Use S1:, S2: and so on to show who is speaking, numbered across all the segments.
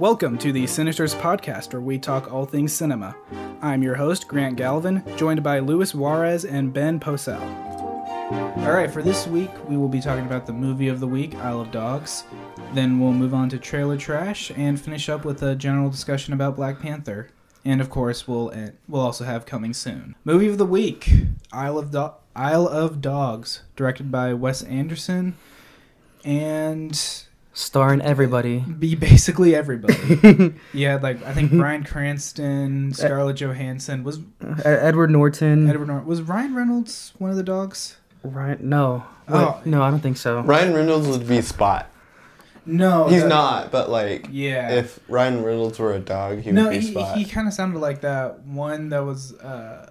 S1: Welcome to the Sinisters podcast, where we talk all things cinema. I'm your host, Grant Galvin, joined by Luis Juarez and Ben Posel. All right, for this week, we will be talking about the movie of the week, Isle of Dogs. Then we'll move on to trailer trash and finish up with a general discussion about Black Panther. And of course, we'll eh, we'll also have coming soon. Movie of the week, Isle of Do- Isle of Dogs, directed by Wes Anderson, and
S2: Starring everybody.
S1: be basically everybody. yeah, like I think Brian Cranston, Scarlett Johansson was
S2: Ed- Edward Norton.
S1: Edward Norton was Ryan Reynolds one of the dogs.
S2: Right? No.
S1: Oh.
S2: Wait, No, I don't think so.
S3: Ryan Reynolds would be Spot.
S1: No,
S3: He's
S1: the-
S3: not, but like,
S1: Oh, Yeah.
S3: if Ryan Reynolds were a dog, he
S1: no,
S3: would be
S1: he,
S3: Spot.
S1: he kind of sounded like that one that was uh,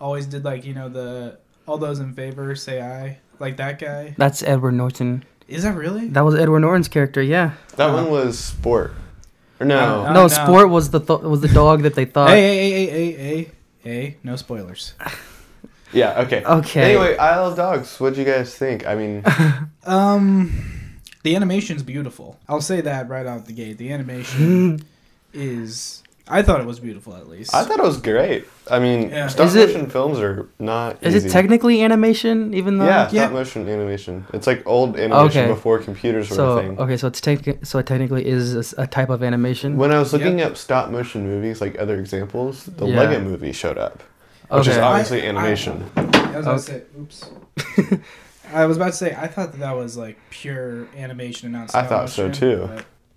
S1: always did like you know the all those in favor say aye like that guy.
S2: That's Edward Norton.
S1: Is that really?
S2: That was Edward Norton's character. Yeah.
S3: that
S1: uh,
S3: one was Sport. Or no.
S1: Oh,
S2: no,
S1: no.
S2: Sport was the th- was the dog that they thought.
S1: hey, hey, hey, hey, hey, hey, hey! No spoilers.
S3: Yeah, okay.
S2: Okay.
S3: Anyway, Isle of Dogs, what'd you guys think? I mean,
S1: Um, the animation's beautiful. I'll say that right out the gate. The animation is. I thought it was beautiful, at least.
S3: I thought it was great. I mean,
S1: Yeah.
S3: stop
S2: Is it-
S3: motion films are not
S2: Is
S3: easy.
S2: it technically animation? Even though.
S3: Yeah, stop
S1: Yeah.
S3: motion animation. It's like old animation
S2: Okay.
S3: before computers were
S2: So
S3: a thing.
S2: okay, so it's tec- so it technically is a s- a, type of animation.
S3: When I was looking up stop motion movies, like other examples, the
S2: Yeah.
S3: Lego movie showed up, which is
S2: Okay.
S3: obviously
S1: I- I-
S3: animation.
S1: I was about to say, oops. I was about to say, I thought that that was like pure animation and not.
S3: I thought so, too.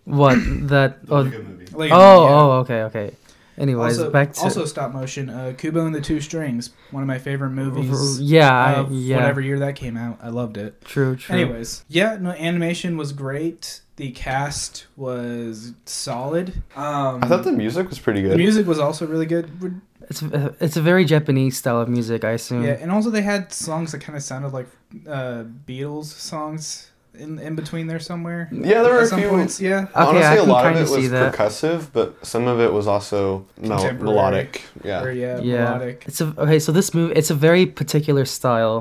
S2: What that? Oh, oh,
S3: movie.
S1: oh,
S2: oh, okay, okay. Anyways,
S1: Also,
S2: back to
S1: also stop motion. Uh, Kubo and the Two Strings, one of my favorite movies.
S2: Oh, yeah, I,
S1: of
S2: yeah.
S1: Whatever year that came out, I loved it.
S2: True, true.
S1: Anyways, yeah, no, animation was great. The cast was solid. Um,
S3: I thought the music was pretty
S1: The
S3: good.
S1: music was also really good.
S2: It's uh, it's a very Japanese style of music, I assume.
S1: Yeah, and also they had songs that kind of sounded like uh, Beatles songs in in between there somewhere.
S3: Yeah, there were
S1: At
S3: a
S1: some
S3: few.
S1: points, yeah.
S2: Okay, I
S3: Honestly, a
S2: can
S3: lot of
S2: kinda
S3: it was
S2: see that.
S3: percussive, but some of it was also mel-
S1: Contemporary.
S3: melodic.
S1: Or,
S3: Yeah.
S1: yeah,
S2: Yeah.
S1: melodic.
S2: It's a okay. So this movie, it's a very particular style.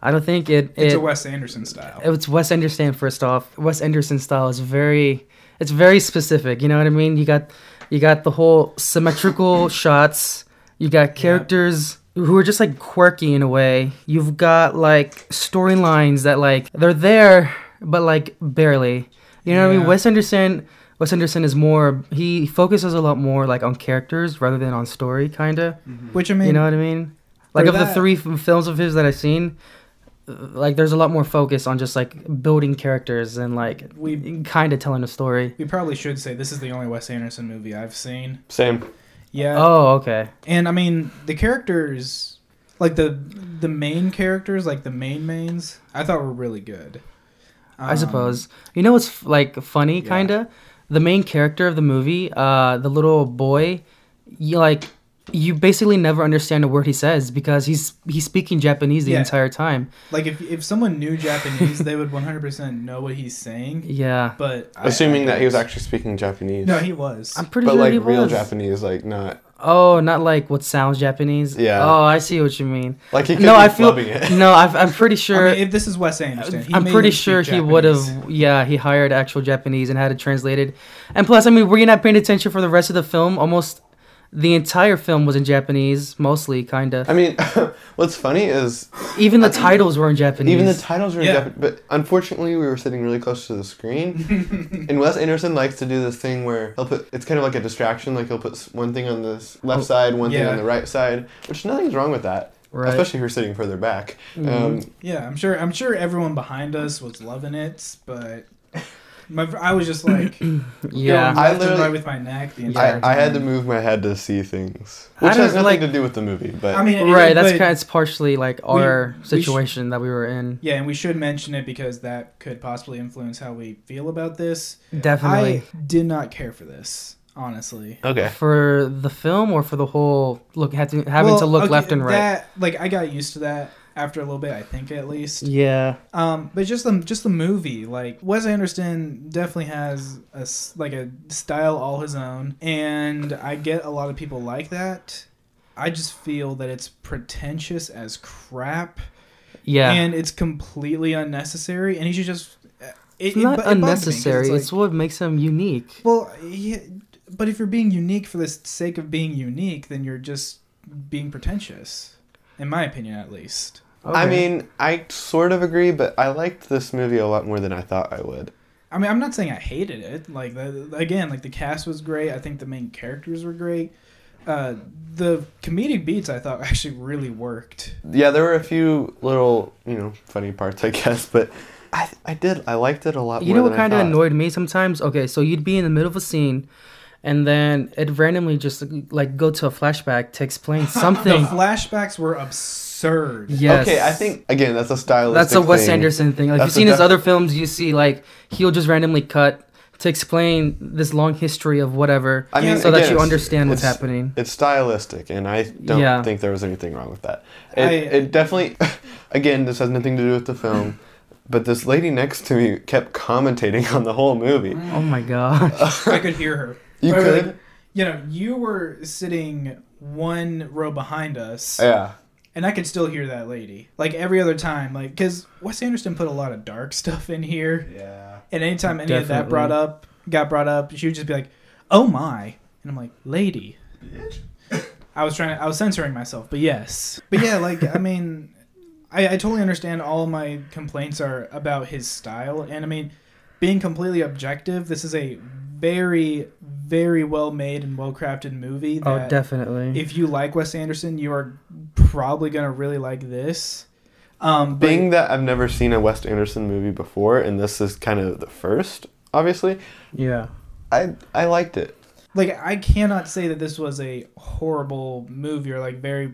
S2: I don't think it. it
S1: It's a Wes Anderson style.
S2: It's Wes Anderson first off. Wes Anderson style is very, it's very specific. You know what I mean? You got, you got the whole symmetrical shots. You got characters who are just like quirky in a way. You've got like storylines that like they're there but like barely. You know what I
S1: Yeah.
S2: mean? Wes Anderson. Wes Anderson is more. He focuses a lot more like on characters rather than on story, kinda.
S1: Which I mean,
S2: You know what I mean? Like
S1: For
S2: of
S1: that-
S2: the three f- films of his that I've seen, uh, like there's a lot more focus on just like building characters and like
S1: We-
S2: kind of telling a story.
S1: we probably should say this is the only Wes Anderson movie I've seen.
S3: Same.
S1: Yeah,
S2: Oh, okay.
S1: and I mean the characters, like the the main characters, like the main mains, I thought were really good.
S2: I
S1: Um,
S2: suppose. You know what's f- like funny, kind of? The main character of the movie, uh, the little boy, you like you basically never understand a word he says because he's he's speaking Japanese the
S1: Yeah.
S2: entire time.
S1: Like if if someone knew Japanese, they would 100% know what he's saying.
S2: Yeah,
S1: But I-
S3: Assuming
S1: I
S3: that he was
S1: don't.
S3: actually speaking Japanese.
S1: No, he was.
S2: I'm pretty
S3: but
S2: sure
S3: like
S2: he
S3: real
S2: was.
S3: Japanese, like not
S2: Oh, not like what sounds Japanese.
S3: Yeah.
S2: Oh, I see what you mean.
S3: like he could
S2: no,
S3: be
S2: I feel
S3: flubbing it.
S2: no. I've, I'm pretty sure.
S1: I mean, if this is Wes Anderson. He
S2: I'm
S1: made
S2: pretty
S1: him speak
S2: sure he
S1: Japanese.
S2: would have. Yeah, he hired actual Japanese and had it translated. And plus, I mean, were you not paying attention for the rest of the film? Almost the entire film was in Japanese, mostly, kind
S3: I
S2: of.
S3: mean, what's funny is
S2: Even the titles were in Japanese.
S3: even the titles were
S1: Yeah.
S3: in Japanese, but unfortunately we were sitting really close to the screen. and Wes Anderson likes to do this thing where he'll put it's kind of like a distraction, like he'll put s- one thing on this
S2: Oh,
S3: left side, one thing
S1: Yeah.
S3: on the right side, which nothing's wrong with that,
S2: Right. Mm-hmm.
S3: especially if you're sitting further back. Um,
S1: Yeah, I'm sure. I'm sure everyone behind us was loving it, but my, I was just like, going
S2: yeah.
S1: left
S3: I
S1: and
S3: literally-
S1: right with my neck. The entire
S3: I, I had to
S1: time.
S3: move my head to see things,
S2: I
S3: which has
S2: don't,
S3: nothing
S2: like-
S3: to do with the movie. But
S1: I mean, it-
S2: right. That's
S1: but-
S2: kind. It's partially like our
S1: we sh-
S2: situation that we were in.
S1: Yeah, and we should mention it because that could possibly influence how we feel about this.
S2: Definitely
S1: I did not care for this, honestly.
S3: okay,
S2: for the film or for the whole look. Had to, having to
S1: Well,
S2: look
S1: okay,
S2: left and right.
S1: That, like, I got used to that after a little bit. I think at least.
S2: yeah.
S1: Um, but just the just the movie, like Wes Anderson definitely has a s- like a style all his own, and I get a lot of people like that. I just feel that it's pretentious as crap,
S2: Yeah.
S1: and it's completely unnecessary. And he should just uh,
S2: It's not unnecessary. it's what makes him unique.
S1: well, yeah, but if you're being unique for the sake of being unique, then you're just being pretentious, in my opinion, at least.
S3: I
S2: Okay.
S3: mean, I sort of agree, but I liked this movie a lot more than I thought I would.
S1: I mean, I'm not saying I hated it. Like the, again, like the cast was great. I think the main characters were great. Uh, the comedic beats I thought actually really worked.
S3: Yeah, there were a few little, you know, funny parts, I guess, but I, I did I liked it a lot.
S2: You
S3: more
S2: know what
S3: than I
S2: kind of
S3: thought.
S2: annoyed me sometimes? Okay, so you'd be in the middle of a scene, and then it randomly just like go to a flashback to explain something.
S1: The flashbacks were absurd.
S2: yes.
S3: Okay, I think again that's a stylistic.
S2: that's a Wes
S3: thing.
S2: Anderson thing. Like
S3: That's
S2: you've seen
S3: a
S2: his
S3: def-
S2: other films, you see like he'll just randomly cut to explain this long history of whatever,
S3: I mean,
S2: so that
S3: again,
S2: you
S3: it's-
S2: understand what's
S3: it's-
S2: happening.
S3: It's stylistic, and I don't
S2: Yeah.
S3: think there was anything wrong with that. It,
S1: I-
S3: it definitely, again, this has nothing to do with the film, but this lady next to me kept commentating on the whole movie.
S2: Oh my god.
S1: I could hear her.
S3: You
S1: Or, like,
S3: could,
S1: you know, you were sitting one row behind us,
S3: yeah.
S1: and I could still hear that lady. Like every other time, like because Wes Anderson put a lot of dark stuff in here,
S3: Yeah.
S1: and anytime any of that
S2: Definitely.
S1: brought up got brought up, she would just be like, "Oh my," and I'm like, "Lady." I was trying. To, I was censoring myself, but yes, but yeah. Like I mean, I, I totally understand. All my complaints are about his style, and I mean, being completely objective, this is a very, very well made and well crafted movie.
S2: Oh,
S1: That
S2: definitely.
S1: if you like Wes Anderson, you are probably gonna really like this. Um, but-
S3: Being that I've never seen a Wes Anderson movie before, and this is kind of the first, obviously,
S2: yeah.
S3: I I liked it.
S1: like I cannot say that this was a horrible movie or like very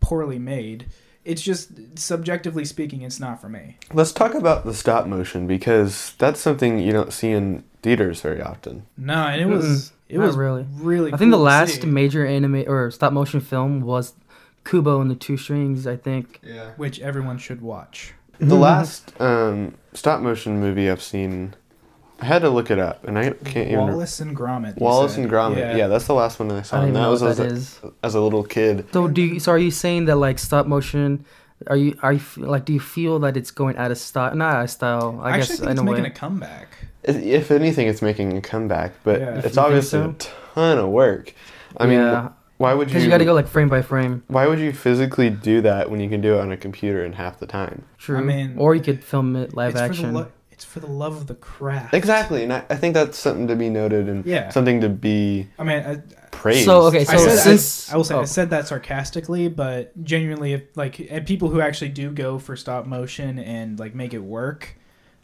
S1: poorly made. It's just subjectively speaking, it's not for me.
S3: Let's talk about the stop motion because that's something you don't see in theaters very often.
S1: No, and it was it
S2: not
S1: was
S2: really.
S1: really.
S2: I think the
S1: cool to
S2: last
S1: see,
S2: major anime or stop motion film was Kubo and the Two Strings, I think.
S3: Yeah.
S1: which everyone should watch.
S3: The last um, stop motion movie I've seen, I had to look it up, and I can't even. Wallace,
S1: Wallace and Gromit. you said.
S3: and Gromit. Yeah. that's the last one I
S2: I
S3: saw.
S2: don't
S3: and
S2: even
S3: that
S2: know
S3: was
S2: what
S3: as,
S2: that
S3: a,
S2: is.
S3: as a little kid.
S2: So do you, so are you saying that like stop motion are you are you f- like do you feel that it's going out of style not out of style I
S1: actually
S2: guess
S1: think
S2: in
S1: it's
S2: a
S1: making
S2: way
S1: a comeback.
S3: If- If anything, it's making a comeback, but
S1: Yeah. If
S3: it's
S2: you think
S3: obviously
S2: so.
S3: a ton of work. I mean,
S2: yeah
S3: why would you?
S2: because you got to go like frame by frame
S3: Why would you physically do that when you can do it on a computer in half the time?
S2: true
S1: mean,
S2: or you could film it live
S1: it's For
S2: action
S1: the lo- it's for the love of the craft.
S3: Exactly, and I, I think that's something to be noted and
S1: Yeah.
S3: something to be
S1: I mean, I,
S3: praised.
S2: So, okay,
S1: I
S2: so
S1: said,
S2: since-
S1: I, I will say I
S2: oh.
S1: said that sarcastically, but genuinely, if like and people who actually do go for stop motion and like make it work,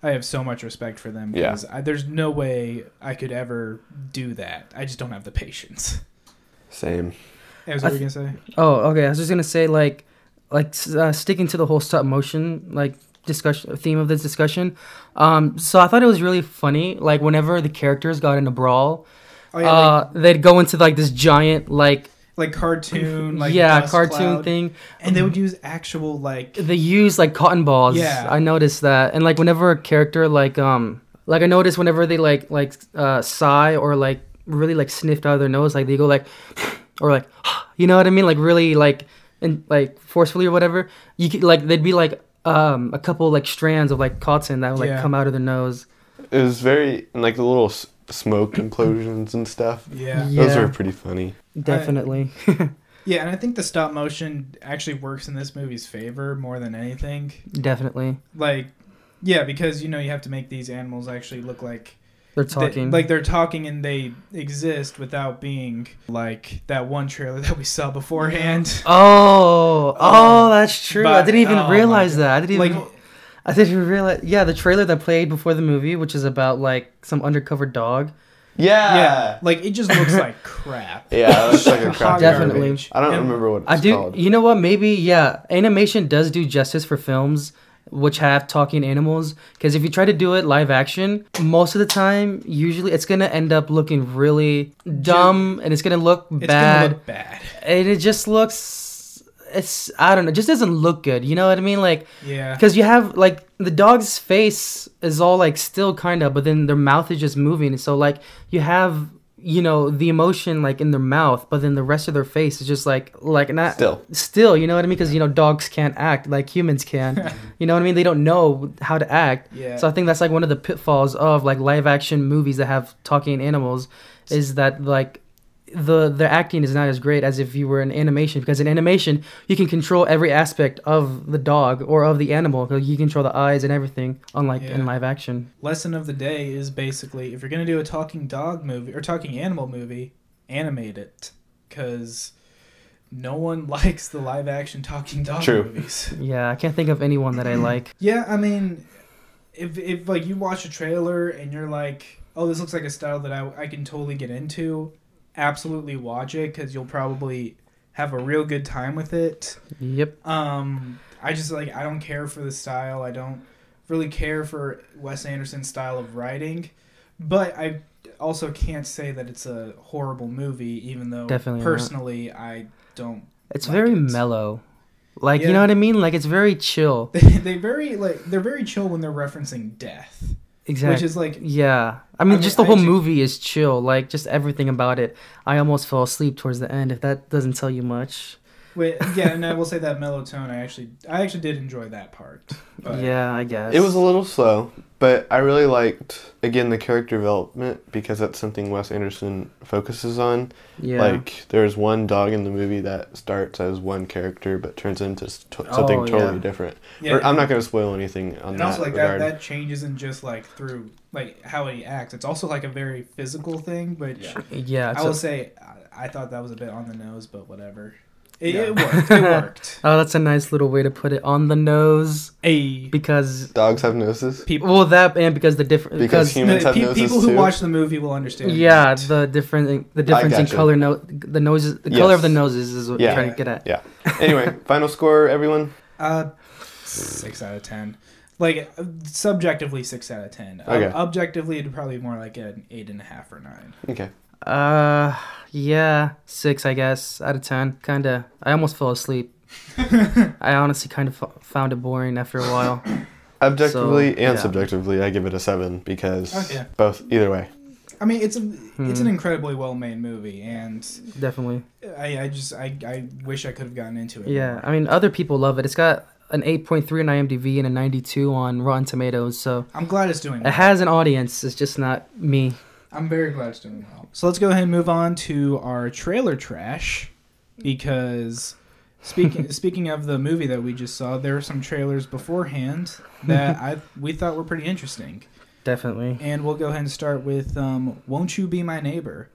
S1: I have so much respect for them.
S3: Yeah.
S1: I, there's no way I could ever do that. I just don't have the patience.
S3: same.
S1: Hey, was
S2: I
S1: what you gonna say?
S2: oh okay I was just gonna say like like s- uh, sticking to the whole stop motion like discussion theme of this discussion um so I thought it was really funny like whenever the characters got in a brawl
S1: Oh yeah, like,
S2: uh they'd go into like this giant like
S1: like cartoon, like
S2: yeah
S1: dust
S2: cartoon
S1: cloud.
S2: thing
S1: and they would use actual like
S2: they use like cotton balls.
S1: Yeah.
S2: I noticed that. And like whenever a character like um like I noticed whenever they like like uh sigh or like really like sniffed out of their nose, like they go like or like you know what I mean? Like really like and like forcefully or whatever. You could like they'd be like um a couple like strands of like cotton that would like
S1: Yeah.
S2: come out of their nose.
S3: It was very and, like the little s- smoke implosions and stuff.
S1: yeah.
S2: Yeah.
S3: Those were pretty funny.
S2: Definitely.
S1: yeah, and I think the stop motion actually works in this movie's favor more than anything.
S2: Definitely.
S1: Like, yeah, because you know you have to make these animals actually look like
S2: They're
S1: that-
S2: talking.
S1: like they're talking and they exist without being like that one trailer that we saw beforehand.
S2: Oh, oh, that's true. I
S1: But-
S2: didn't even
S1: oh my
S2: realize
S1: God.
S2: that. I didn't
S1: Like,
S2: even I didn't realize. Yeah, the trailer that played before the movie, which is about like some undercover dog.
S1: yeah, like it just looks like crap.
S3: Yeah, that looks like a crap
S2: Definitely.
S3: garbage. I don't
S1: And
S3: remember what it's
S2: I do.
S3: called.
S2: You know what? Maybe yeah. Animation does do justice for films which have talking animals because if you try to do it live action, most of the time, usually it's gonna end up looking really dumb and it's gonna look
S1: It's
S2: bad
S1: gonna look bad.
S2: and it just looks. It's I don't know. It just doesn't look good. You know what I mean? Like
S1: Yeah.
S2: Because you have like the dog's face is all like still kind of, but then their mouth is just moving. So like you have you know the emotion like in their mouth, but then the rest of their face is just like like not
S3: Still.
S2: still. You know what I mean? Because you know dogs can't act like humans can. you know what I mean? They don't know how to act.
S1: Yeah.
S2: So I think that's like one of the pitfalls of like live action movies that have talking animals is that like the the acting is not as great as if you were in animation because in animation you can control every aspect of the dog or of the animal 'cause you control the eyes and everything unlike
S1: Yeah.
S2: in live action
S1: Lesson of the day is basically if you're gonna do a talking dog movie or talking animal movie, animate it, because no one likes the live action talking dog
S3: True.
S1: movies.
S2: yeah i can't think of anyone that i like
S1: Yeah, I mean, if if like you watch a trailer and you're like, oh, this looks like a style that I I can totally get into, absolutely watch it because you'll probably have a real good time with it.
S2: yep
S1: Um, I just like I don't care for the style. I don't really care for Wes Anderson's style of writing, but I also can't say that it's a horrible movie, even though
S2: Definitely not.
S1: personally I don't.
S2: it's
S1: Like
S2: very
S1: it's-
S2: mellow like you
S1: Yeah.
S2: know what i mean like it's very chill
S1: They, they very like they're very chill when they're referencing death, which
S2: exactly
S1: is like
S2: yeah i mean
S1: mean,
S2: just the
S1: I
S2: whole
S1: ju-
S2: movie is chill like just everything about it i almost fell asleep towards the end if that doesn't tell you much
S1: Wait, yeah, and I will say that mellow tone. I actually, I actually did enjoy that part. But
S2: yeah i guess
S3: It was a little slow, but I really liked again the character development because that's something Wes Anderson focuses on.
S2: yeah
S3: Like there's one dog in the movie that starts as one character but turns into s- to-
S2: Oh,
S3: something totally
S2: yeah.
S3: different.
S1: yeah,
S2: um,
S3: or, I'm not going to spoil anything on
S1: and
S3: that
S1: also like
S3: regard.
S1: that, that changes in just like through like how he acts. It's also like a very physical thing, which
S3: Yeah.
S2: yeah
S1: I
S2: it's
S1: will
S2: a-
S1: say I, I thought that was a bit on the nose, but whatever. It,
S3: Yeah.
S1: it worked. It worked.
S2: Oh, that's a nice little way to put it on the nose
S1: A
S2: because
S3: Dogs have noses.
S1: people,
S2: well that and because the different
S3: Because
S2: because,
S3: human- Humans have noses
S1: people who
S3: too?
S1: watch the movie will understand.
S2: yeah
S1: that.
S2: the different the difference in
S3: gotcha.
S2: color no the noses the color of the
S3: Yes.
S2: noses is what
S3: Yeah.
S2: I'm trying to get at.
S3: anyway, final score, everyone.
S1: Uh, six out of ten. Like uh, subjectively, six out of ten.
S3: Okay.
S1: Uh, objectively, it'd probably be more like an eight and a half or nine.
S3: Okay.
S2: Uh yeah, six I guess out of ten. Kinda. I almost fell asleep. I honestly kind of f- found it boring after a while.
S3: Objectively
S2: So,
S3: and
S2: yeah.
S3: subjectively, I give it a seven because
S1: Okay.
S3: both either way.
S1: I mean, it's a it's an
S2: Hmm.
S1: incredibly well made movie, and
S2: Definitely.
S1: I, I just I, I wish I could have gotten into it.
S2: Yeah. I mean, other people love it. It's got an 8.3 on IMDb and a 92 on Rotten Tomatoes, so
S1: I'm glad it's doing.
S2: it
S1: Well.
S2: has an audience. It's just not me.
S1: I'm very glad it's doing well. So let's go ahead and move on to our trailer trash, because speaking speaking of the movie that we just saw, there were some trailers beforehand that I we thought were pretty interesting.
S2: Definitely.
S1: And we'll go ahead and start with um, "Won't You Be My Neighbor,"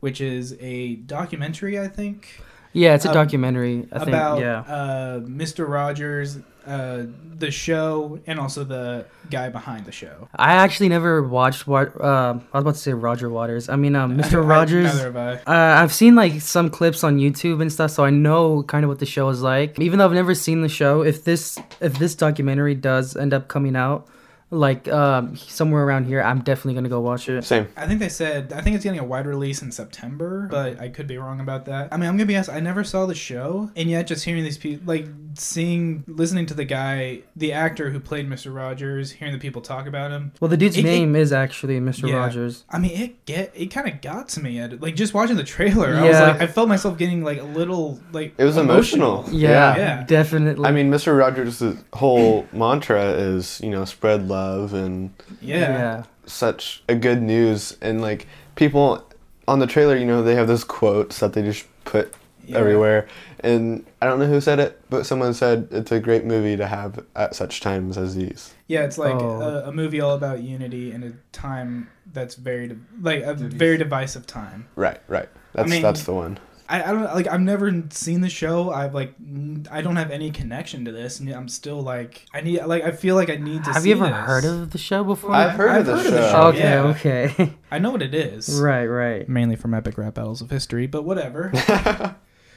S1: which is a documentary, I think,
S2: Yeah, it's a
S1: Um,
S2: documentary. I think.
S1: about
S2: yeah.
S1: uh, Mr. Rogers, uh, the show, and also the guy behind the show.
S2: I actually never watched what uh, I was about to say Roger Waters. I mean, uh,
S1: I-
S2: Mr. Rogers.
S1: Neither have I.
S2: Uh, I've seen like some clips on YouTube and stuff, so I know kind of what the show is like. Even though I've never seen the show, if this if this documentary does end up coming out, like um, somewhere around here, I'm definitely gonna go watch it.
S3: Same.
S1: I think they said I think it's getting a wide release in September, but I could be wrong about that. I mean, I'm gonna be honest. I never saw the show, and yet just hearing these people, like seeing, listening to the guy, the actor who played Mr. Rogers, hearing the people talk about him,
S2: Well, the dude's
S1: It- it-
S2: name is actually Mr.
S1: Yeah.
S2: Rogers.
S1: I mean, it get it kind of got to me. At, like just watching the trailer, I was
S2: Yeah.
S1: like, I felt myself getting like a little like.
S3: It was emotional.
S2: Yeah,
S1: Yeah.
S2: definitely.
S3: I mean, Mr. Rogers' whole mantra is, you know, spread love and
S1: Yeah.
S3: such a good news. And like people on the trailer, you know, they have those quotes that they just put
S1: Yeah.
S3: everywhere. And I don't know who said it, but someone said it's a great movie to have at such times as these.
S1: Yeah, it's like
S2: Oh.
S1: a, a movie all about unity in a time that's very div- like a very divisive time.
S3: Right, right. That's
S1: mean-
S3: that's the one.
S1: I, I don't like I've never seen the show. I've like n- I don't have any connection to this, and I'm still like I need like I feel like I need to.
S2: Have
S1: see
S2: you ever
S1: this.
S2: heard of the show before?
S3: I've heard
S1: I've
S3: of the
S1: heard
S3: show.
S1: of the show.
S2: Okay,
S1: yeah.
S2: okay.
S1: I know what it is.
S2: right, right.
S1: Mainly from epic rap battles of history, but whatever.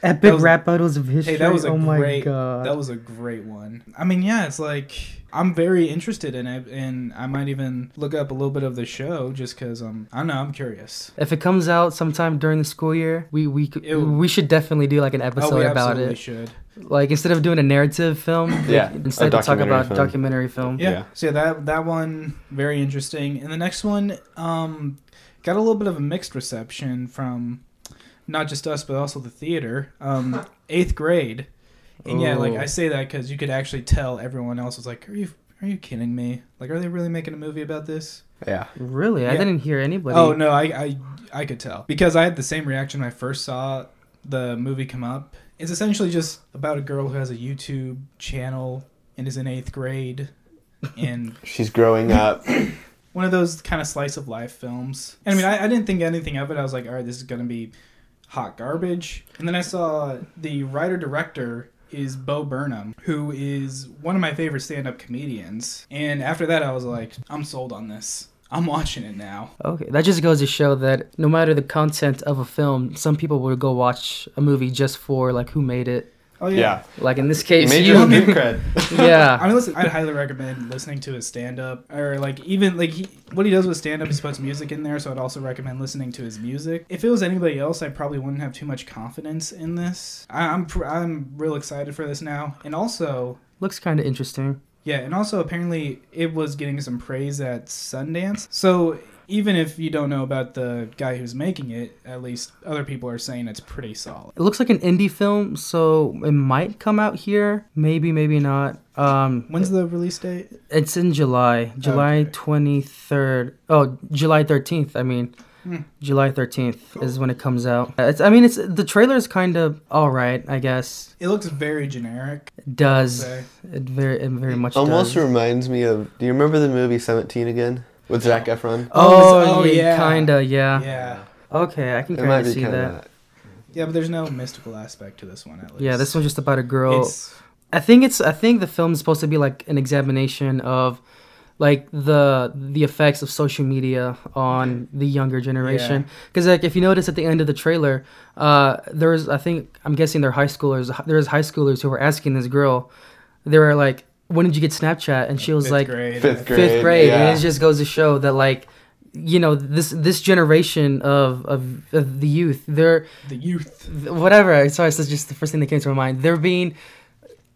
S2: Epic
S1: That was-
S2: rap battles of history.
S1: Hey, that was a
S2: oh my
S1: great.
S2: god.
S1: That was a great one. I mean, yeah, it's like I'm very interested in it, and I might even look up a little bit of the show just because um, I don't know, I'm curious.
S2: If it comes out sometime during the school year, we we could-
S1: Ew.
S2: we should definitely do like an episode
S1: oh, we
S2: about
S1: absolutely
S2: it.
S1: should.
S2: Like instead of doing a narrative film,
S3: Yeah,
S2: instead
S3: a
S2: we talk
S3: documentary
S2: about
S3: film.
S2: documentary film.
S1: Yeah.
S3: Yeah.
S1: So yeah, that that one very interesting, and the next one um, got a little bit of a mixed reception from not just us but also the theater. Um, eighth grade, and yeah, like
S2: Oh.
S1: I say that because you could actually tell everyone else was like, "Are you are you kidding me? Like, are they really making a movie about this?"
S3: Yeah.
S2: Really, I
S1: Yeah.
S2: didn't hear anybody.
S1: Oh no, I, I I could tell because I had the same reaction when I first saw the movie come up. It's essentially just about a girl who has a YouTube channel and is in eighth grade, and
S3: She's growing up.
S1: one of those kind of slice of life films. And I mean, I, I didn't think anything of it. I was like, all right, this is gonna be hot garbage. And then I saw the writer director is Bo Burnham, who is one of my favorite stand up comedians. And after that, I was like, I'm sold on this. I'm watching it now.
S2: Okay, that just goes to show that no matter the content of a film, some people will go watch a movie just for like who made it.
S1: Oh
S3: yeah.
S2: Like in this case,
S3: Major
S2: you.
S3: deep cred.
S1: I
S2: yeah.
S1: mean, listen, I'd highly recommend listening to his stand up or like even like he, what he does with stand up, he puts music in there. So I'd also recommend listening to his music. If it was anybody else, I probably wouldn't have too much confidence in this. I, I'm pr- I'm real excited for this now, and also.
S2: Looks kind of interesting.
S1: Yeah, and also apparently it was getting some praise at Sundance. So even if you don't know about the guy who's making it, at least other people are saying it's pretty solid.
S2: It looks like an indie film, so it might come out here. Maybe, maybe not. Um,
S1: When's the release date?
S2: it's in July, July
S1: Okay.
S2: twenty third. Oh, July thirteenth. I mean,
S1: Hmm.
S2: July thirteenth is when it comes out. It's. I mean, it's the trailer is kind of all right, I guess.
S1: It looks very generic.
S2: It does
S1: Say.
S2: it very, it very much
S3: Almost
S2: does.
S3: reminds me of. Do you remember the movie Seventeen again with Zac Efron?
S1: Oh,
S2: Oh,
S1: it's- oh,
S2: ye-
S1: yeah.
S2: kinda, yeah.
S1: Yeah.
S2: Okay, I can
S3: It might
S2: kind of
S3: be
S2: see
S3: kind of
S2: that.
S3: that.
S1: Yeah, but there's no mystical aspect to this one, at least.
S2: Yeah, this one's just about a girl.
S1: It's,
S2: I think it's. I think the film's supposed to be like an examination of, like the the effects of social media on the younger generation. Because like if you notice at the end of the trailer, uh, there's I think I'm guessing they're high schoolers. There's high schoolers who were asking this girl, they were like, "When did you get Snapchat?" And she was
S1: fifth
S2: like,
S1: grade.
S3: Fifth grade.
S2: fifth grade,
S3: yeah.
S2: and it just goes to show that like. You know this this generation of, of of the youth, they're
S1: The youth.
S2: th- whatever. Sorry, it's just the first thing that came to my mind. They're being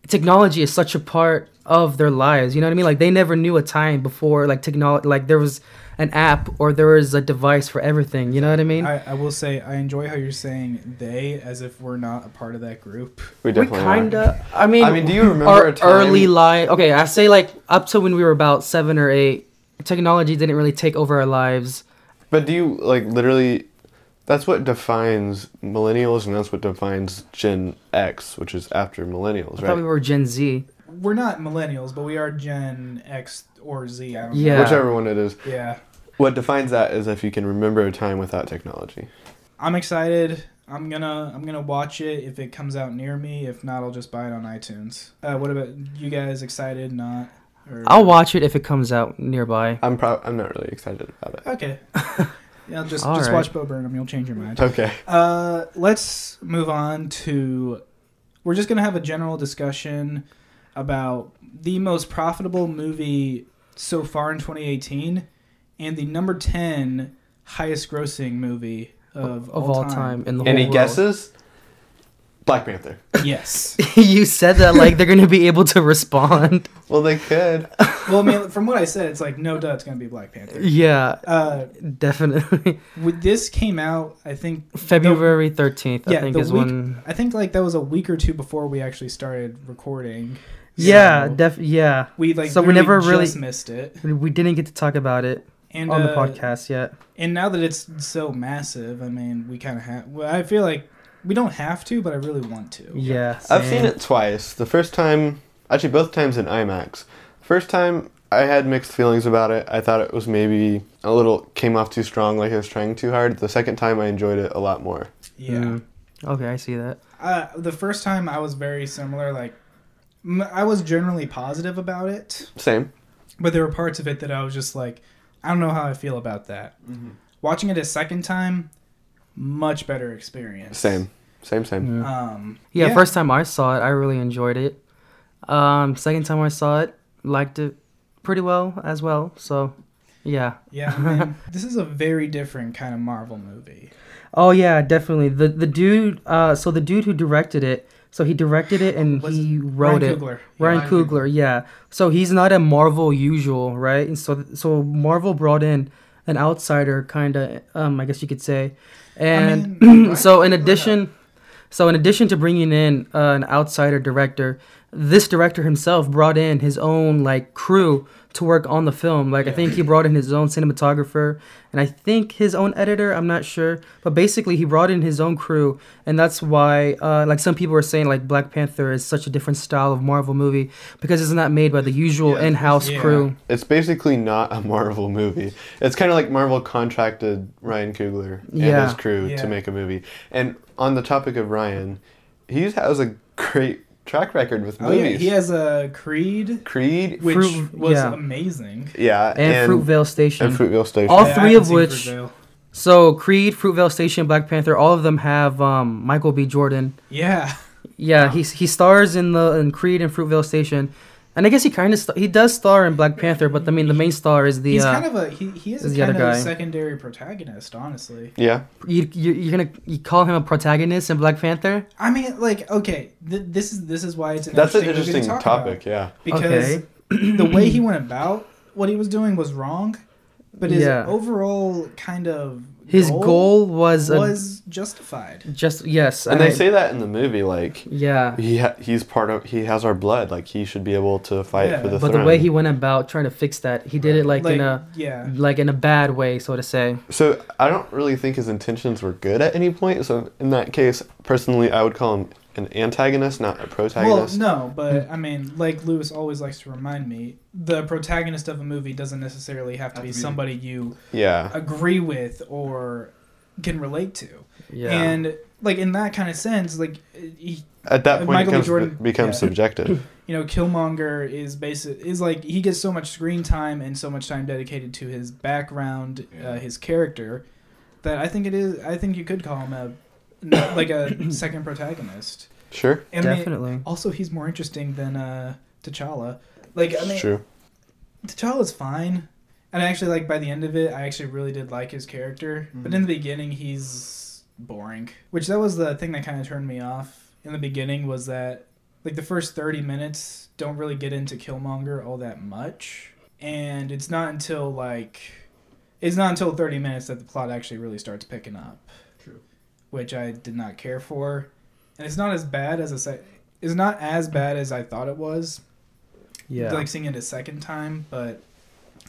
S2: technology is such a part of their lives. You know what I mean? Like they never knew a time before like technology. Like there was an app or there was a device for everything. You know what I mean?
S1: I, I will say, I enjoy how you're saying they as if we're not a part of that group.
S3: We
S2: we
S3: definitely are.
S2: kinda. I mean,
S3: I mean, do you remember
S2: our
S3: a time-
S2: early life? Okay, I say like up to when we were about seven or eight. Technology didn't really take over our lives.
S3: But do you like literally? That's what defines millennials, and that's what defines Gen X, which is after millennials,
S2: I thought we
S3: right?
S2: were Gen Z.
S1: We're not millennials, but we are Gen X or Z. I don't
S2: Yeah.
S3: Whichever one it is.
S1: know. Yeah.
S3: What defines that is if you can remember a time without technology.
S1: I'm excited. I'm gonna I'm gonna watch it if it comes out near me. If not, I'll just buy it on iTunes. Uh, what about you guys? Excited? Not? Or...
S2: I'll watch it if it comes out nearby.
S3: I'm pro- I'm not really excited about it.
S1: Okay. yeah, just just
S2: All right.
S1: watch Bo Burnham. You'll change your mind.
S3: Okay.
S1: Uh, let's move on to. We're just gonna have a general discussion about the most profitable movie so far in 2018, and the number ten highest grossing movie of,
S2: Of, all, time. in the whole
S3: Any
S2: world.
S3: guesses? Black Panther.
S1: Yes.
S2: you said that like they're gonna be able to respond.
S3: Well, they could.
S1: well, I mean, from what I said, it's like no duh, it's gonna be Black Panther.
S2: Yeah,
S1: Uh,
S2: definitely.
S1: with this came out, I think the-
S2: February thirteenth, I
S1: Yeah,
S2: think,
S1: the
S2: is
S1: week-
S2: when.
S1: I think like that was a week or two before we actually started recording.
S2: Yeah,
S1: So
S2: def yeah.
S1: we like
S2: so we
S1: literally
S2: never really-
S1: just missed it.
S2: We didn't get to talk about it
S1: And
S2: on the
S1: uh,
S2: podcast yet.
S1: And now that it's so massive, I mean, we kind of have. Well, I feel like we don't have to, but I really want to.
S2: Yeah,
S3: I've seen it twice. The first time, actually, both times in IMAX. First time, I had mixed feelings about it. I thought it was maybe a little came off too strong, like I was trying too hard. The second time, I enjoyed it a lot more.
S1: Yeah.
S2: Mm. Okay, I see that.
S1: Uh, the first time I was very similar. Like, m- I was generally positive about it,
S3: Same.
S1: but there were parts of it that I was just like, I don't know how I feel about that.
S2: Mm-hmm.
S1: Watching it a second time, much better experience.
S3: Same. Same, same.
S1: Um.
S2: Yeah, first time I saw it, I really enjoyed it. Um, second time I saw it, liked it pretty well as well. So, yeah.
S1: Yeah, I mean, this is a very different kind of Marvel movie.
S2: Oh yeah, definitely. The the dude uh so the dude who directed it, so he directed it and
S1: Was
S2: he
S1: Ryan
S2: wrote it.
S1: Coogler.
S2: Ryan
S1: Yeah.
S2: Coogler, yeah. So he's not a Marvel usual, right? And so so Marvel brought in an outsider kind of um I guess you could say. And
S1: mean, Ryan
S2: so in
S1: Coogler-
S2: addition so in addition to bringing in uh, an outsider director, this director himself brought in his own like crew to work on the film. Like I think he brought in his own cinematographer and I think his own editor. I'm not sure, but basically he brought in his own crew, and that's why uh, like some people are saying like Black Panther is such a different style of Marvel movie because it's not made by the usual
S3: Yeah,
S2: in-house
S1: yeah.
S2: crew.
S3: It's basically not a Marvel movie. It's kind of like Marvel contracted Ryan Coogler and
S2: Yeah.
S3: his crew
S1: Yeah.
S3: to make a movie. And on the topic of Ryan, he has a great track record with
S1: Oh
S3: movies.
S1: yeah, he has a Creed,
S3: Creed,
S1: which
S2: Fruit-
S1: was
S2: yeah.
S1: amazing.
S3: yeah,
S2: And, Fruitvale Station.
S3: and Fruitvale Station.
S2: All
S1: Yeah, I
S2: three
S1: haven't
S2: of
S1: seen
S2: which-
S1: Fruitvale.
S2: so Creed, Fruitvale Station, Black Panther, all of them have um, Michael B. Jordan.
S1: Yeah,
S2: Yeah, he's he stars in the in Creed and Fruitvale Station, and I guess he kind of st- he does star in Black Panther, but I mean the main star is the
S1: he's
S2: uh,
S1: kind of a he, he is,
S2: is
S1: a
S2: the
S1: kind of
S2: other
S1: a
S2: guy.
S1: secondary protagonist, honestly.
S3: yeah,
S2: you, you you're gonna you call him a protagonist in Black Panther.
S1: I mean, like, okay, th- this is this is why it's an
S3: that's an
S1: interesting movie
S3: interesting
S1: to talk
S3: topic.
S1: about.
S3: Yeah,
S1: because
S2: Okay.
S1: the way he went about what he was doing was wrong, but his
S2: Yeah.
S1: overall kind of
S2: His goal, was,
S1: was justified.
S2: a, just yes,
S3: and they
S2: I-
S3: say that in the movie, like
S2: yeah.
S3: he ha- he's part of he has our blood, like he should be able to fight
S1: Yeah.
S3: for the
S2: But
S3: throne.
S2: the way he went about trying to fix that, he did it like, in a
S1: yeah,
S2: like in a bad way, so to say.
S3: So I don't really think his intentions were good at any point. So in that case, personally, I would call him an antagonist, not a
S1: well,
S3: protagonist.
S1: no,
S2: Mm.
S1: but I mean, like Lewis always likes to remind me, the protagonist of a movie doesn't necessarily have to be somebody you
S3: Yeah.
S1: agree with or can relate to,
S2: Yeah.
S1: and like in that kind of sense, like he
S3: At that
S1: Uh,
S3: point,
S1: Michael B.
S3: it comes,
S1: Jordan-
S3: becomes
S1: yeah.
S3: subjective.
S1: you know, Killmonger is basic is like he gets so much screen time and so much time dedicated to his background, uh, his character, that I think it is. I think you could call him a no- like a second protagonist.
S3: Sure.
S1: And I mean,
S2: Definitely.
S1: also, he's more interesting than uh, T'Challa. Like I
S3: It's
S1: mean,
S3: true.
S1: T'Challa's fine, and I actually like by the end of it, I actually really did like his character. But in the beginning, he's boring. Which that was the thing that kind of turned me off in the beginning was that like the first thirty minutes don't really get into Killmonger all that much, and it's not until like it's not until thirty minutes that the plot actually really starts picking up.
S4: True.
S1: Which I did not care for, and it's not as bad as a se- it's not as bad as I thought it was
S2: yeah.
S1: like seeing it a second time, but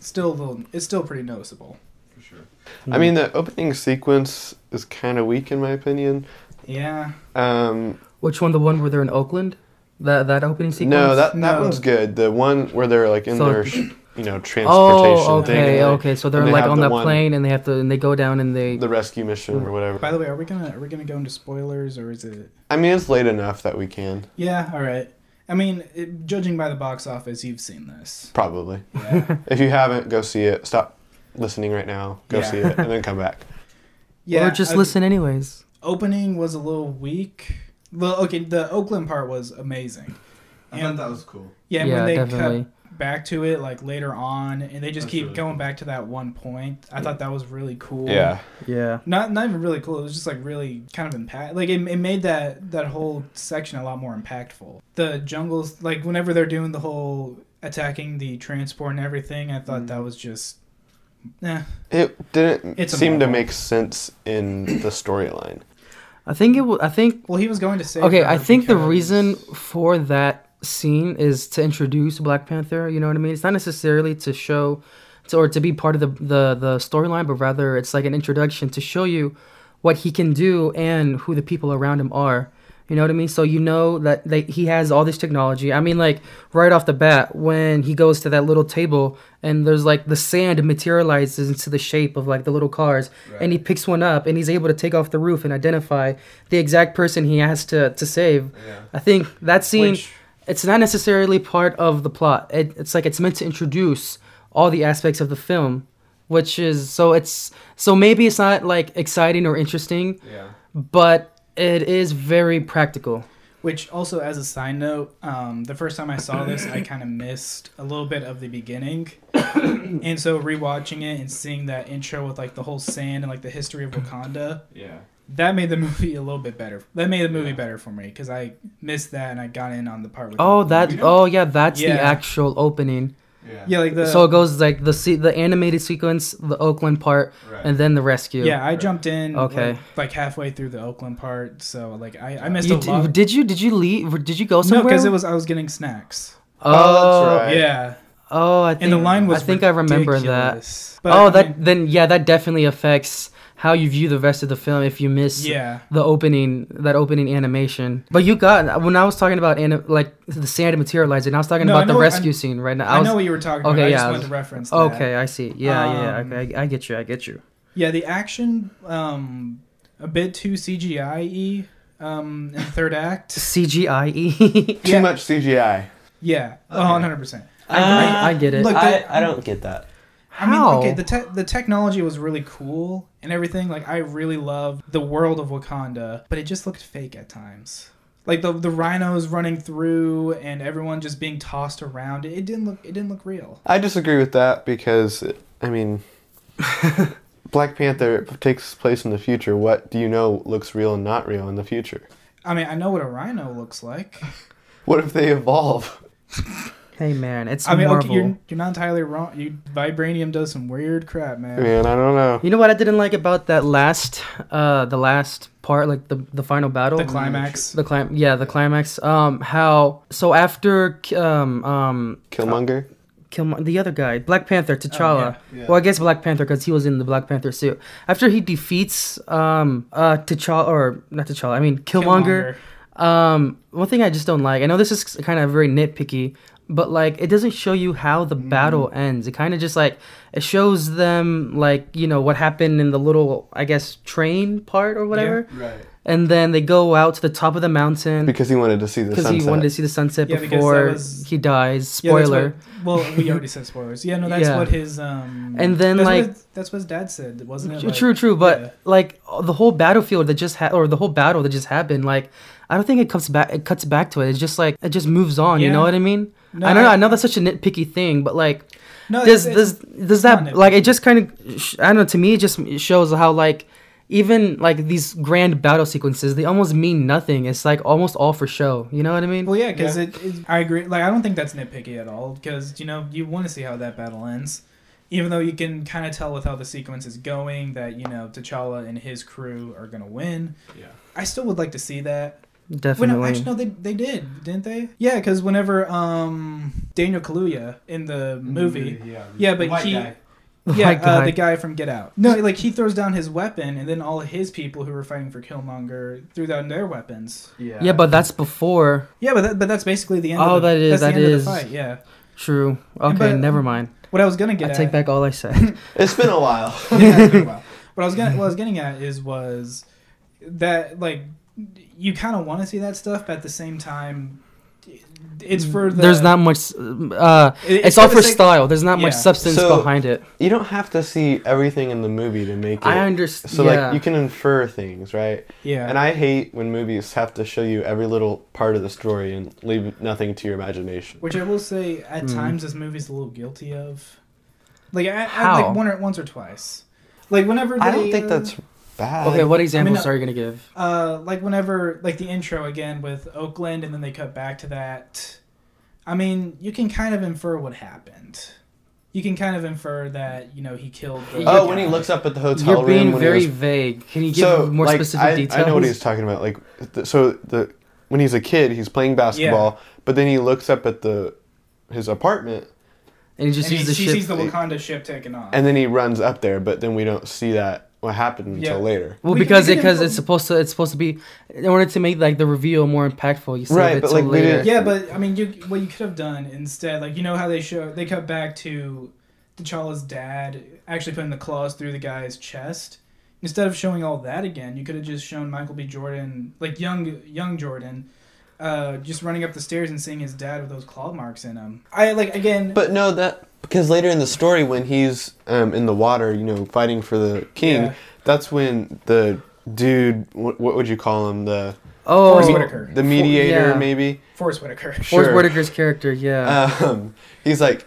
S1: still a little. It's still pretty noticeable.
S4: for sure.
S1: hmm.
S3: I mean, the opening sequence is kind of weak in my opinion.
S1: Yeah,
S3: Um,
S2: which one? The one where they're in Oakland? That that opening sequence.
S3: no, that that
S1: No.
S3: one's good. The one where they're like in
S2: So-
S3: their, sh- you know, transportation
S2: Oh,
S3: thing.
S2: okay,
S3: and, like,
S2: okay. So they're
S3: and they
S2: like
S3: have
S2: on
S3: the
S2: that
S3: one-
S2: plane, and they have to, and they go down, and they
S3: The rescue mission or whatever.
S1: By the way, are we gonna are we gonna go into spoilers or is it?
S3: I mean, it's late enough that we can
S1: Yeah, all right. I mean, it, judging by the box office, you've seen this.
S3: probably.
S1: Yeah,
S3: If you haven't, go see it. Stop listening right now. Go
S1: Yeah.
S3: see it and then come back.
S1: yeah.
S2: or just
S1: I-
S2: listen anyways.
S1: Opening was a little weak. Well, okay, the Oakland part was amazing.
S4: I
S1: And-
S4: thought that was cool.
S1: Yeah, and
S2: yeah,
S1: when they
S2: definitely.
S1: cut back to it like later on, and they just
S4: That's
S1: keep
S4: really
S1: going
S4: cool.
S1: back to that one point, I thought that was really cool.
S3: Yeah.
S2: Yeah.
S1: not not even really cool. It was just like really kind of impact. Like it, it made that that whole section a lot more impactful. The jungles, like whenever they're doing the whole attacking the transport and everything, I thought that was just, eh.
S3: It didn't
S1: It's a
S3: seem to
S1: marvel.
S3: make sense in the storyline.
S2: I think it. W- I think.
S1: Well, he was going to say.
S2: Okay, I think the reason for that scene is to introduce Black Panther. You know what I mean? It's not necessarily to show, to, or to be part of the the the storyline, but rather it's like an introduction to show you what he can do and who the people around him are. You know what I mean? So you know that they, he has all this technology. I mean, like right off the bat, when he goes to that little table and there's like the sand materializes into the shape of like the little cars, and he picks one up and he's able to take off the roof and identify the exact person he has to to save. I think that scene,
S1: Which-
S2: it's not necessarily part of the plot. It, it's like it's meant to introduce all the aspects of the film, which is so it's so maybe it's not like exciting or interesting
S4: Yeah.
S2: but it is very practical.
S1: Which also, as a side note, um, the first time I saw this, I kind of missed a little bit of the beginning, and so rewatching it and seeing that intro with like the whole sand and like the history of Wakanda,
S4: Yeah.
S1: that made the movie a little bit better. That made the movie
S4: Yeah.
S1: better for me because I missed that and I got in on the part with
S2: Oh,
S4: You
S2: that.
S4: know-
S2: Oh, yeah. That's
S1: Yeah.
S2: the actual opening.
S4: Yeah.
S1: yeah, like the
S2: so it goes like the se- the animated sequence, the Oakland part,
S4: Right.
S2: and then the rescue.
S1: yeah. I jumped in
S2: Okay.
S1: like, like halfway through the Oakland part, so like I, I missed
S2: You
S1: a
S2: d-
S1: lot.
S2: did you did you leave? or Did you go
S1: no,
S2: somewhere?
S1: because it was I was getting snacks.
S2: Oh,
S3: Oh, that's right.
S1: Yeah,
S2: Oh, I think
S1: and the line was
S2: I think I remember that.
S1: ridiculous. But,
S2: oh,
S1: I
S2: that
S1: mean,
S2: then yeah, that definitely affects how you view the rest of the film if you miss
S1: yeah.
S2: the opening that opening animation. But you got when I was talking about anim- like the sand materializing, I was talking
S1: No, I
S2: about
S1: know
S2: the
S1: what-
S2: rescue scene right now. I,
S1: I,
S2: was,
S1: know what you were talking
S2: okay,
S1: about. I
S2: yeah,
S1: just
S2: I
S1: wanted
S2: was-
S1: to reference that.
S2: okay, I see. Yeah, yeah,
S1: Um,
S2: yeah. Okay, I, I get you. I get you.
S1: Yeah, the action um a bit too CGI y um in the third act.
S2: CGIE.
S3: Too
S1: Yeah.
S3: much CGI.
S1: Yeah.
S4: Okay.
S1: Oh, 100%.
S2: E? I- I- I get it.
S1: uh, Look,
S4: I,
S1: that-
S4: I don't get that.
S1: I mean,
S2: How?
S1: okay, the te- the technology was really cool and everything. Like I really loved the world of Wakanda, but it just looked fake at times. Like the the rhinos running through and everyone just being tossed around. It, it didn't look it didn't look real.
S3: I disagree with that because, I mean, Black Panther takes place in the future. What do you know looks real and not real in the future?
S1: I mean, I know what a rhino looks like.
S3: What if they evolve?
S2: hey man, it's
S1: I mean,
S2: Marvel.
S1: okay, you're, you're not entirely wrong. You vibranium does some weird crap, man.
S3: Man, I don't know.
S2: You know what I didn't like about that last uh the last part, like the the final battle,
S1: The climax.
S2: the clim, yeah, the climax. Um, how so after um um
S3: Killmonger?
S2: Kill the other guy, Black Panther, T'Challa.
S4: Oh, yeah.
S2: Well, I guess Black Panther because he was in the Black Panther suit. After he defeats um uh T'Challa or not T'Challa, I mean Killmonger. Um, one thing I just don't like. I know this is kind of very nitpicky, but like it doesn't show you how
S4: Mm-hmm.
S2: the battle ends. It kind of just like it shows them like you know what happened in the little I guess train part or whatever,
S4: Right.
S2: and then they go out to the top of the mountain
S3: Because he wanted to see the
S2: because
S3: sunset.
S2: he wanted to see the sunset
S1: Yeah, because that
S2: before
S1: was-
S2: he dies.
S1: Yeah, that's
S2: Spoiler.
S1: what- well, we already said spoilers. Yeah, no, that's
S2: Yeah.
S1: what his um.
S2: And then,
S1: that's
S2: like-
S1: what his- that's what his dad said, wasn't it?
S2: True,
S1: Like,
S2: true, true. But
S1: yeah.
S2: like the whole battlefield that just ha- or the whole battle that just happened, like I don't think it comes back. It cuts back to it. It's just like it just moves on. You
S1: Yeah.
S2: know what I mean?
S1: No,
S2: I don't know. I know
S1: I-
S2: that's such a nitpicky thing, but like
S1: No,
S2: does
S1: it's- it's-
S2: does does
S1: not
S2: that like
S1: nitpicky.
S2: it just kind of sh- I don't know. To me, it just shows how like even like these grand battle sequences they almost mean nothing. It's like almost all for show. You know what I mean?
S1: Well, yeah, because it, it- I agree. Like, I don't think that's nitpicky at all. Because you know, you want to see how that battle ends, even though you can kind of tell with how the sequence is going that you know T'Challa and his crew are gonna win.
S4: Yeah.
S1: I still would like to see that. Wait,
S2: Definitely.
S1: no, actually, no, they, they did, didn't they? Yeah, because whenever um Daniel Kaluuya in the
S2: Mm-hmm.
S1: movie,
S4: Yeah.
S1: Yeah, but
S4: White
S1: he-
S4: guy.
S2: The
S1: yeah,
S2: white
S1: uh,
S2: guy.
S1: the guy from Get Out. No, like he throws down his weapon, and then all of his people who were fighting for Killmonger threw down their weapons.
S4: Yeah.
S2: yeah, but that's before.
S1: Yeah, but that, but that's basically the end.
S2: Oh,
S1: of the,
S2: that is-
S1: that's the
S2: that
S1: end
S2: is.
S1: of the fight. Yeah.
S2: True. Okay,
S1: but-
S2: never mind.
S1: What I was gonna
S2: I
S1: get
S2: take
S1: at.
S2: back all I said.
S3: It's been a while.
S1: Yeah, it's been a while. What I was gonna what I was getting at is was that like you kind of want to see that stuff, but at the same time, it's for the
S2: There's not much. Uh,
S1: it-
S2: it's all
S1: the
S2: for
S1: sake-
S2: style. There's not much
S1: Yeah.
S2: substance
S3: So-
S2: behind it.
S3: You don't have to see everything in the movie to make it.
S2: I understand.
S3: so
S2: yeah.
S3: like you can infer things, right?
S1: Yeah.
S3: And I hate when movies have to show you every little part of the story and leave nothing to your imagination.
S1: Which I will say, at times, this movie's a little guilty of. Like, I, I
S2: How?
S1: like one or, once or twice. Like whenever they,
S3: I don't think
S1: uh,
S3: that's bad.
S2: okay, what examples
S1: I-
S2: are you gonna give?
S1: uh, like whenever like the intro again with Oakland, and then they cut back to that. I mean, you can kind of infer what happened. You can kind of infer that you know he killed. The
S3: Oh, when he looks up at the hotel
S2: You're being
S3: room. when he
S2: very
S3: was-
S2: vague. Can you give more
S3: like,
S2: specific
S3: I,
S2: details?
S3: I know what he's talking about. Like, th- so the when he's a kid, he's playing basketball, but then he looks up at the his apartment,
S2: and he just
S1: and he,
S2: uses the
S1: she
S2: ship.
S1: sees the Wakanda ship taken off.
S3: and then he runs up there, but then we don't see that what happened
S1: Yeah.
S3: until later.
S2: well,
S1: We-
S2: because
S1: we
S2: it
S1: can
S2: because
S1: infer-
S2: it's supposed to it's supposed to be in order to make like the reveal more impactful. You save
S3: Right,
S2: it
S3: but,
S2: till
S3: like, we
S2: later.
S3: didn't-
S1: Yeah, but I mean, you what you could have done instead, like you know how they show they cut back to T'Challa's dad actually putting the claws through the guy's chest. Instead of showing all that again, you could have just shown Michael B. Jordan, like young young Jordan, uh, just running up the stairs and seeing his dad with those claw marks in him. I like again,
S3: But no, that because later in the story, when he's um, in the water, you know, fighting for the king,
S1: Yeah.
S3: that's when the dude, wh- what would you call him, the
S2: Oh,
S1: Forrest Whitaker.
S3: the mediator
S2: yeah.
S3: maybe.
S1: Forrest Whitaker.
S2: Forrest
S3: Sure.
S2: Whitaker's character. Yeah.
S3: Um, he's like,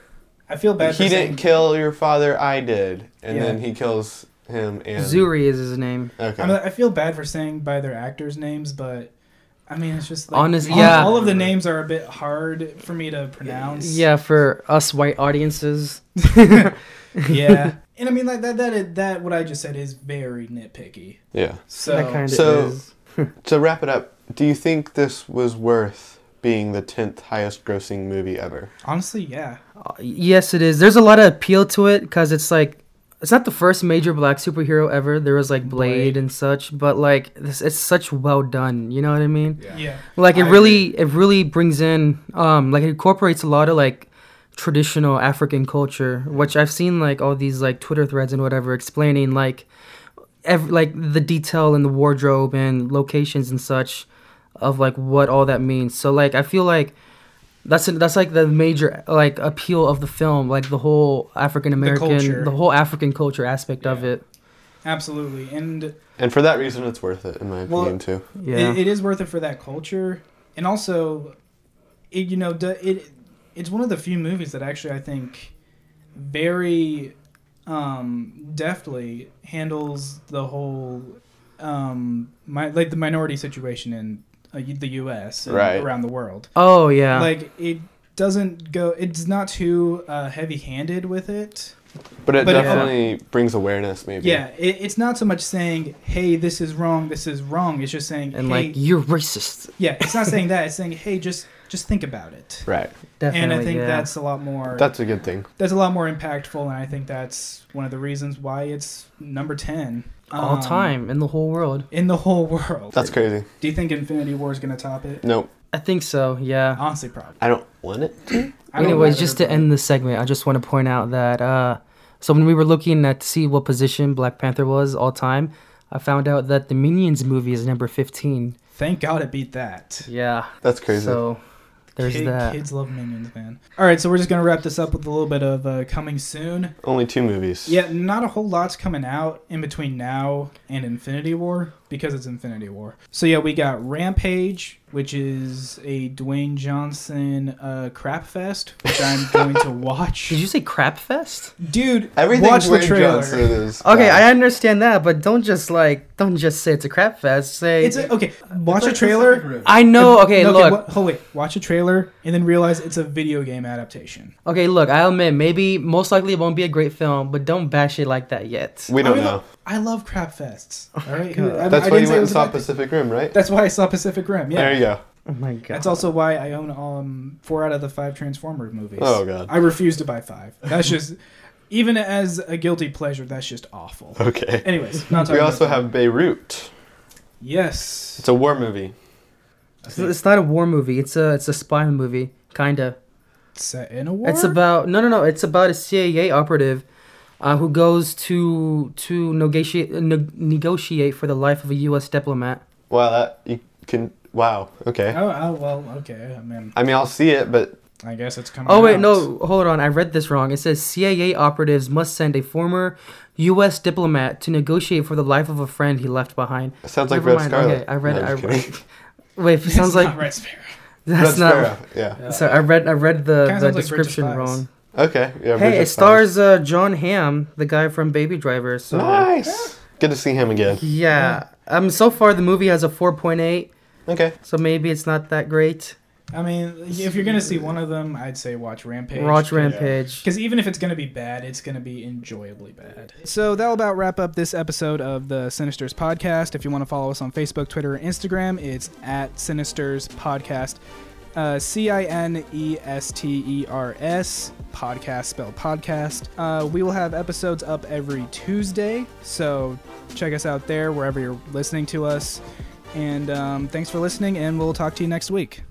S1: I feel bad.
S3: he
S1: for saying-
S3: didn't kill your father, I did, and
S1: Yeah.
S3: then he kills him and
S2: Zuri is his name.
S3: Okay.
S1: I, mean, I feel bad for saying by their actors' names, but I mean it's just like
S2: Honest-
S1: all,
S2: yeah.
S1: all of the names are a bit hard for me to pronounce.
S2: Yeah, for us white audiences.
S1: yeah. And I mean like that that is- that what I just said is very nitpicky.
S3: yeah.
S1: So
S2: that kind of
S3: So-
S2: is.
S3: To wrap it up, do you think this was worth being the tenth highest grossing movie ever?
S1: honestly, yeah.
S2: Yes, it is. There's a lot of appeal to it because it's like it's not the first major black superhero ever. There was like Blade,
S1: Blade.
S2: and such, but like this, it's such well done. You know what I mean?
S1: Yeah.
S2: Like it
S1: I
S2: really, it really brings in, um, like it incorporates a lot of like traditional African culture, which I've seen like all these like Twitter threads and whatever explaining like, every like the detail and the wardrobe and locations and such, of like what all that means. So like I feel like. That's that's like the major like appeal of the film, like the whole African American,
S1: culture.
S2: the, whole African culture aspect of
S1: Yeah.
S2: it.
S1: Absolutely. And
S3: And for that reason, it's worth it in my
S1: Well,
S3: opinion too.
S2: Yeah,
S1: it, it is worth it for that culture. And also it you know do- it it's one of the few movies that actually I think very um deftly handles the whole um my, like the minority situation in uh, the US and
S3: Right.
S1: around the world.
S2: oh yeah,
S1: like it doesn't go it's not too uh, heavy-handed with it
S3: But it
S1: But it-
S3: definitely brings awareness, maybe.
S1: yeah it, it's not so much saying hey this is wrong this is wrong it's just saying
S2: and
S1: hey,
S2: like you're racist.
S1: yeah it's not saying that it's saying hey just just think about it
S3: Right.
S1: and
S2: Definitely,
S1: i think
S2: yeah.
S1: that's a lot more
S3: That's a good thing.
S1: that's a lot more impactful and i think that's one of the reasons why it's number 10
S2: all
S1: um,
S2: time in the whole world.
S1: in the whole world
S3: That's crazy.
S1: do you think infinity war is going to top it
S3: Nope.
S2: I think so. Yeah.
S1: honestly probably
S3: I don't want it.
S1: I don't
S2: Anyways,
S1: either,
S2: just to
S1: but-
S2: end the segment, I just want to point out that uh, so when we were looking at to see what position Black Panther was all time, I found out that the Minions movie is number fifteen.
S1: thank god it beat that
S2: Yeah.
S3: That's crazy.
S2: So there's
S1: Kid-
S2: that.
S1: Kids love minions, man. All right, so we're just gonna wrap this up with a little bit of uh, coming soon.
S3: Only two movies.
S1: Yeah, not a whole lot's coming out in between now and Infinity War because it's Infinity War. So yeah, we got Rampage, which is a Dwayne Johnson uh, crap fest, which I'm going to watch.
S2: Did you say crap fest?
S1: Dude,
S3: Everything
S1: watch the
S3: Dwayne
S1: trailer.
S3: Johnson is.
S2: Okay,
S3: bad.
S2: I understand that, but don't just like don't just say it's a crap fest. Say
S1: It's a, okay. Watch a trailer.
S2: I know. Okay,
S1: No,
S2: look.
S1: wa- hold wait. Watch a trailer and then realize it's a video game adaptation.
S2: Okay, look. I admit maybe most likely it won't be a great film, but don't bash it like that yet.
S3: we don't
S1: I mean,
S3: know.
S1: look, I love crap fests. All right,
S2: Oh God.
S1: I-
S3: That's
S1: I
S3: why
S1: didn't
S3: you
S1: say it
S3: went and
S1: was a
S3: saw
S1: bad thing.
S3: Pacific Rim, right?
S1: That's why I saw Pacific Rim. Yeah.
S3: There you go.
S2: Oh my god.
S1: That's also why I own um four out of the five Transformers movies.
S3: Oh, God.
S1: I refuse to buy five. That's just even as a guilty pleasure. That's just awful.
S3: Okay.
S1: Anyways, not talking
S3: we
S1: about
S3: also
S1: that.
S3: have Beirut.
S1: yes.
S3: It's a war movie.
S2: It's, it's not a war movie. It's a it's a spy movie, kinda.
S1: Set in a war.
S2: It's about no no no. It's about a CIA operative uh, who goes to to negotiate ne- negotiate for the life of a U.S. diplomat.
S3: Wow, that you can. Wow. Okay.
S1: Oh, oh well, okay. I mean,
S3: I mean, I'll see it, but
S1: I guess it's coming.
S2: Oh wait,
S1: out.
S2: no, hold on. I read this wrong. It says CIA operatives must send a former U.S. diplomat to negotiate for the life of a friend he left behind.
S3: it sounds like
S2: Never
S3: Red
S2: mind.
S3: Scarlet.
S2: Okay, I read
S3: No,
S2: it. I
S3: I'm just
S2: read.
S3: kidding.
S2: Wait, it
S1: It's
S2: sounds
S1: not
S2: like
S1: Red Sparrow.
S2: that's
S3: Red
S2: not.
S3: Sparrow, Yeah.
S2: So I read I read the,
S1: Kinda sounds
S2: the
S1: like Bridge of
S2: description
S1: Spies.
S2: wrong.
S3: Okay. Yeah.
S2: Hey,
S3: Bridget
S2: it stars uh, John Hamm, the guy from Baby Driver. So
S3: Nice. Good to see him again.
S2: yeah, um, so far the movie has a four point eight,
S3: Okay.
S2: so maybe it's not that great.
S1: I mean, if you're gonna see one of them, I'd say watch Rampage.
S2: Watch Rampage.
S1: Because even if it's going to be bad, it's going to be enjoyably bad. So that'll about wrap up this episode of the Sinisters Podcast. If you want to follow us on Facebook, Twitter, and Instagram, it's at Sinisters Podcast. Uh, C I N E S T E R S, podcast, spelled podcast. Uh, we will have episodes up every Tuesday, so check us out there wherever you're listening to us. And um, thanks for listening, and we'll talk to you next week.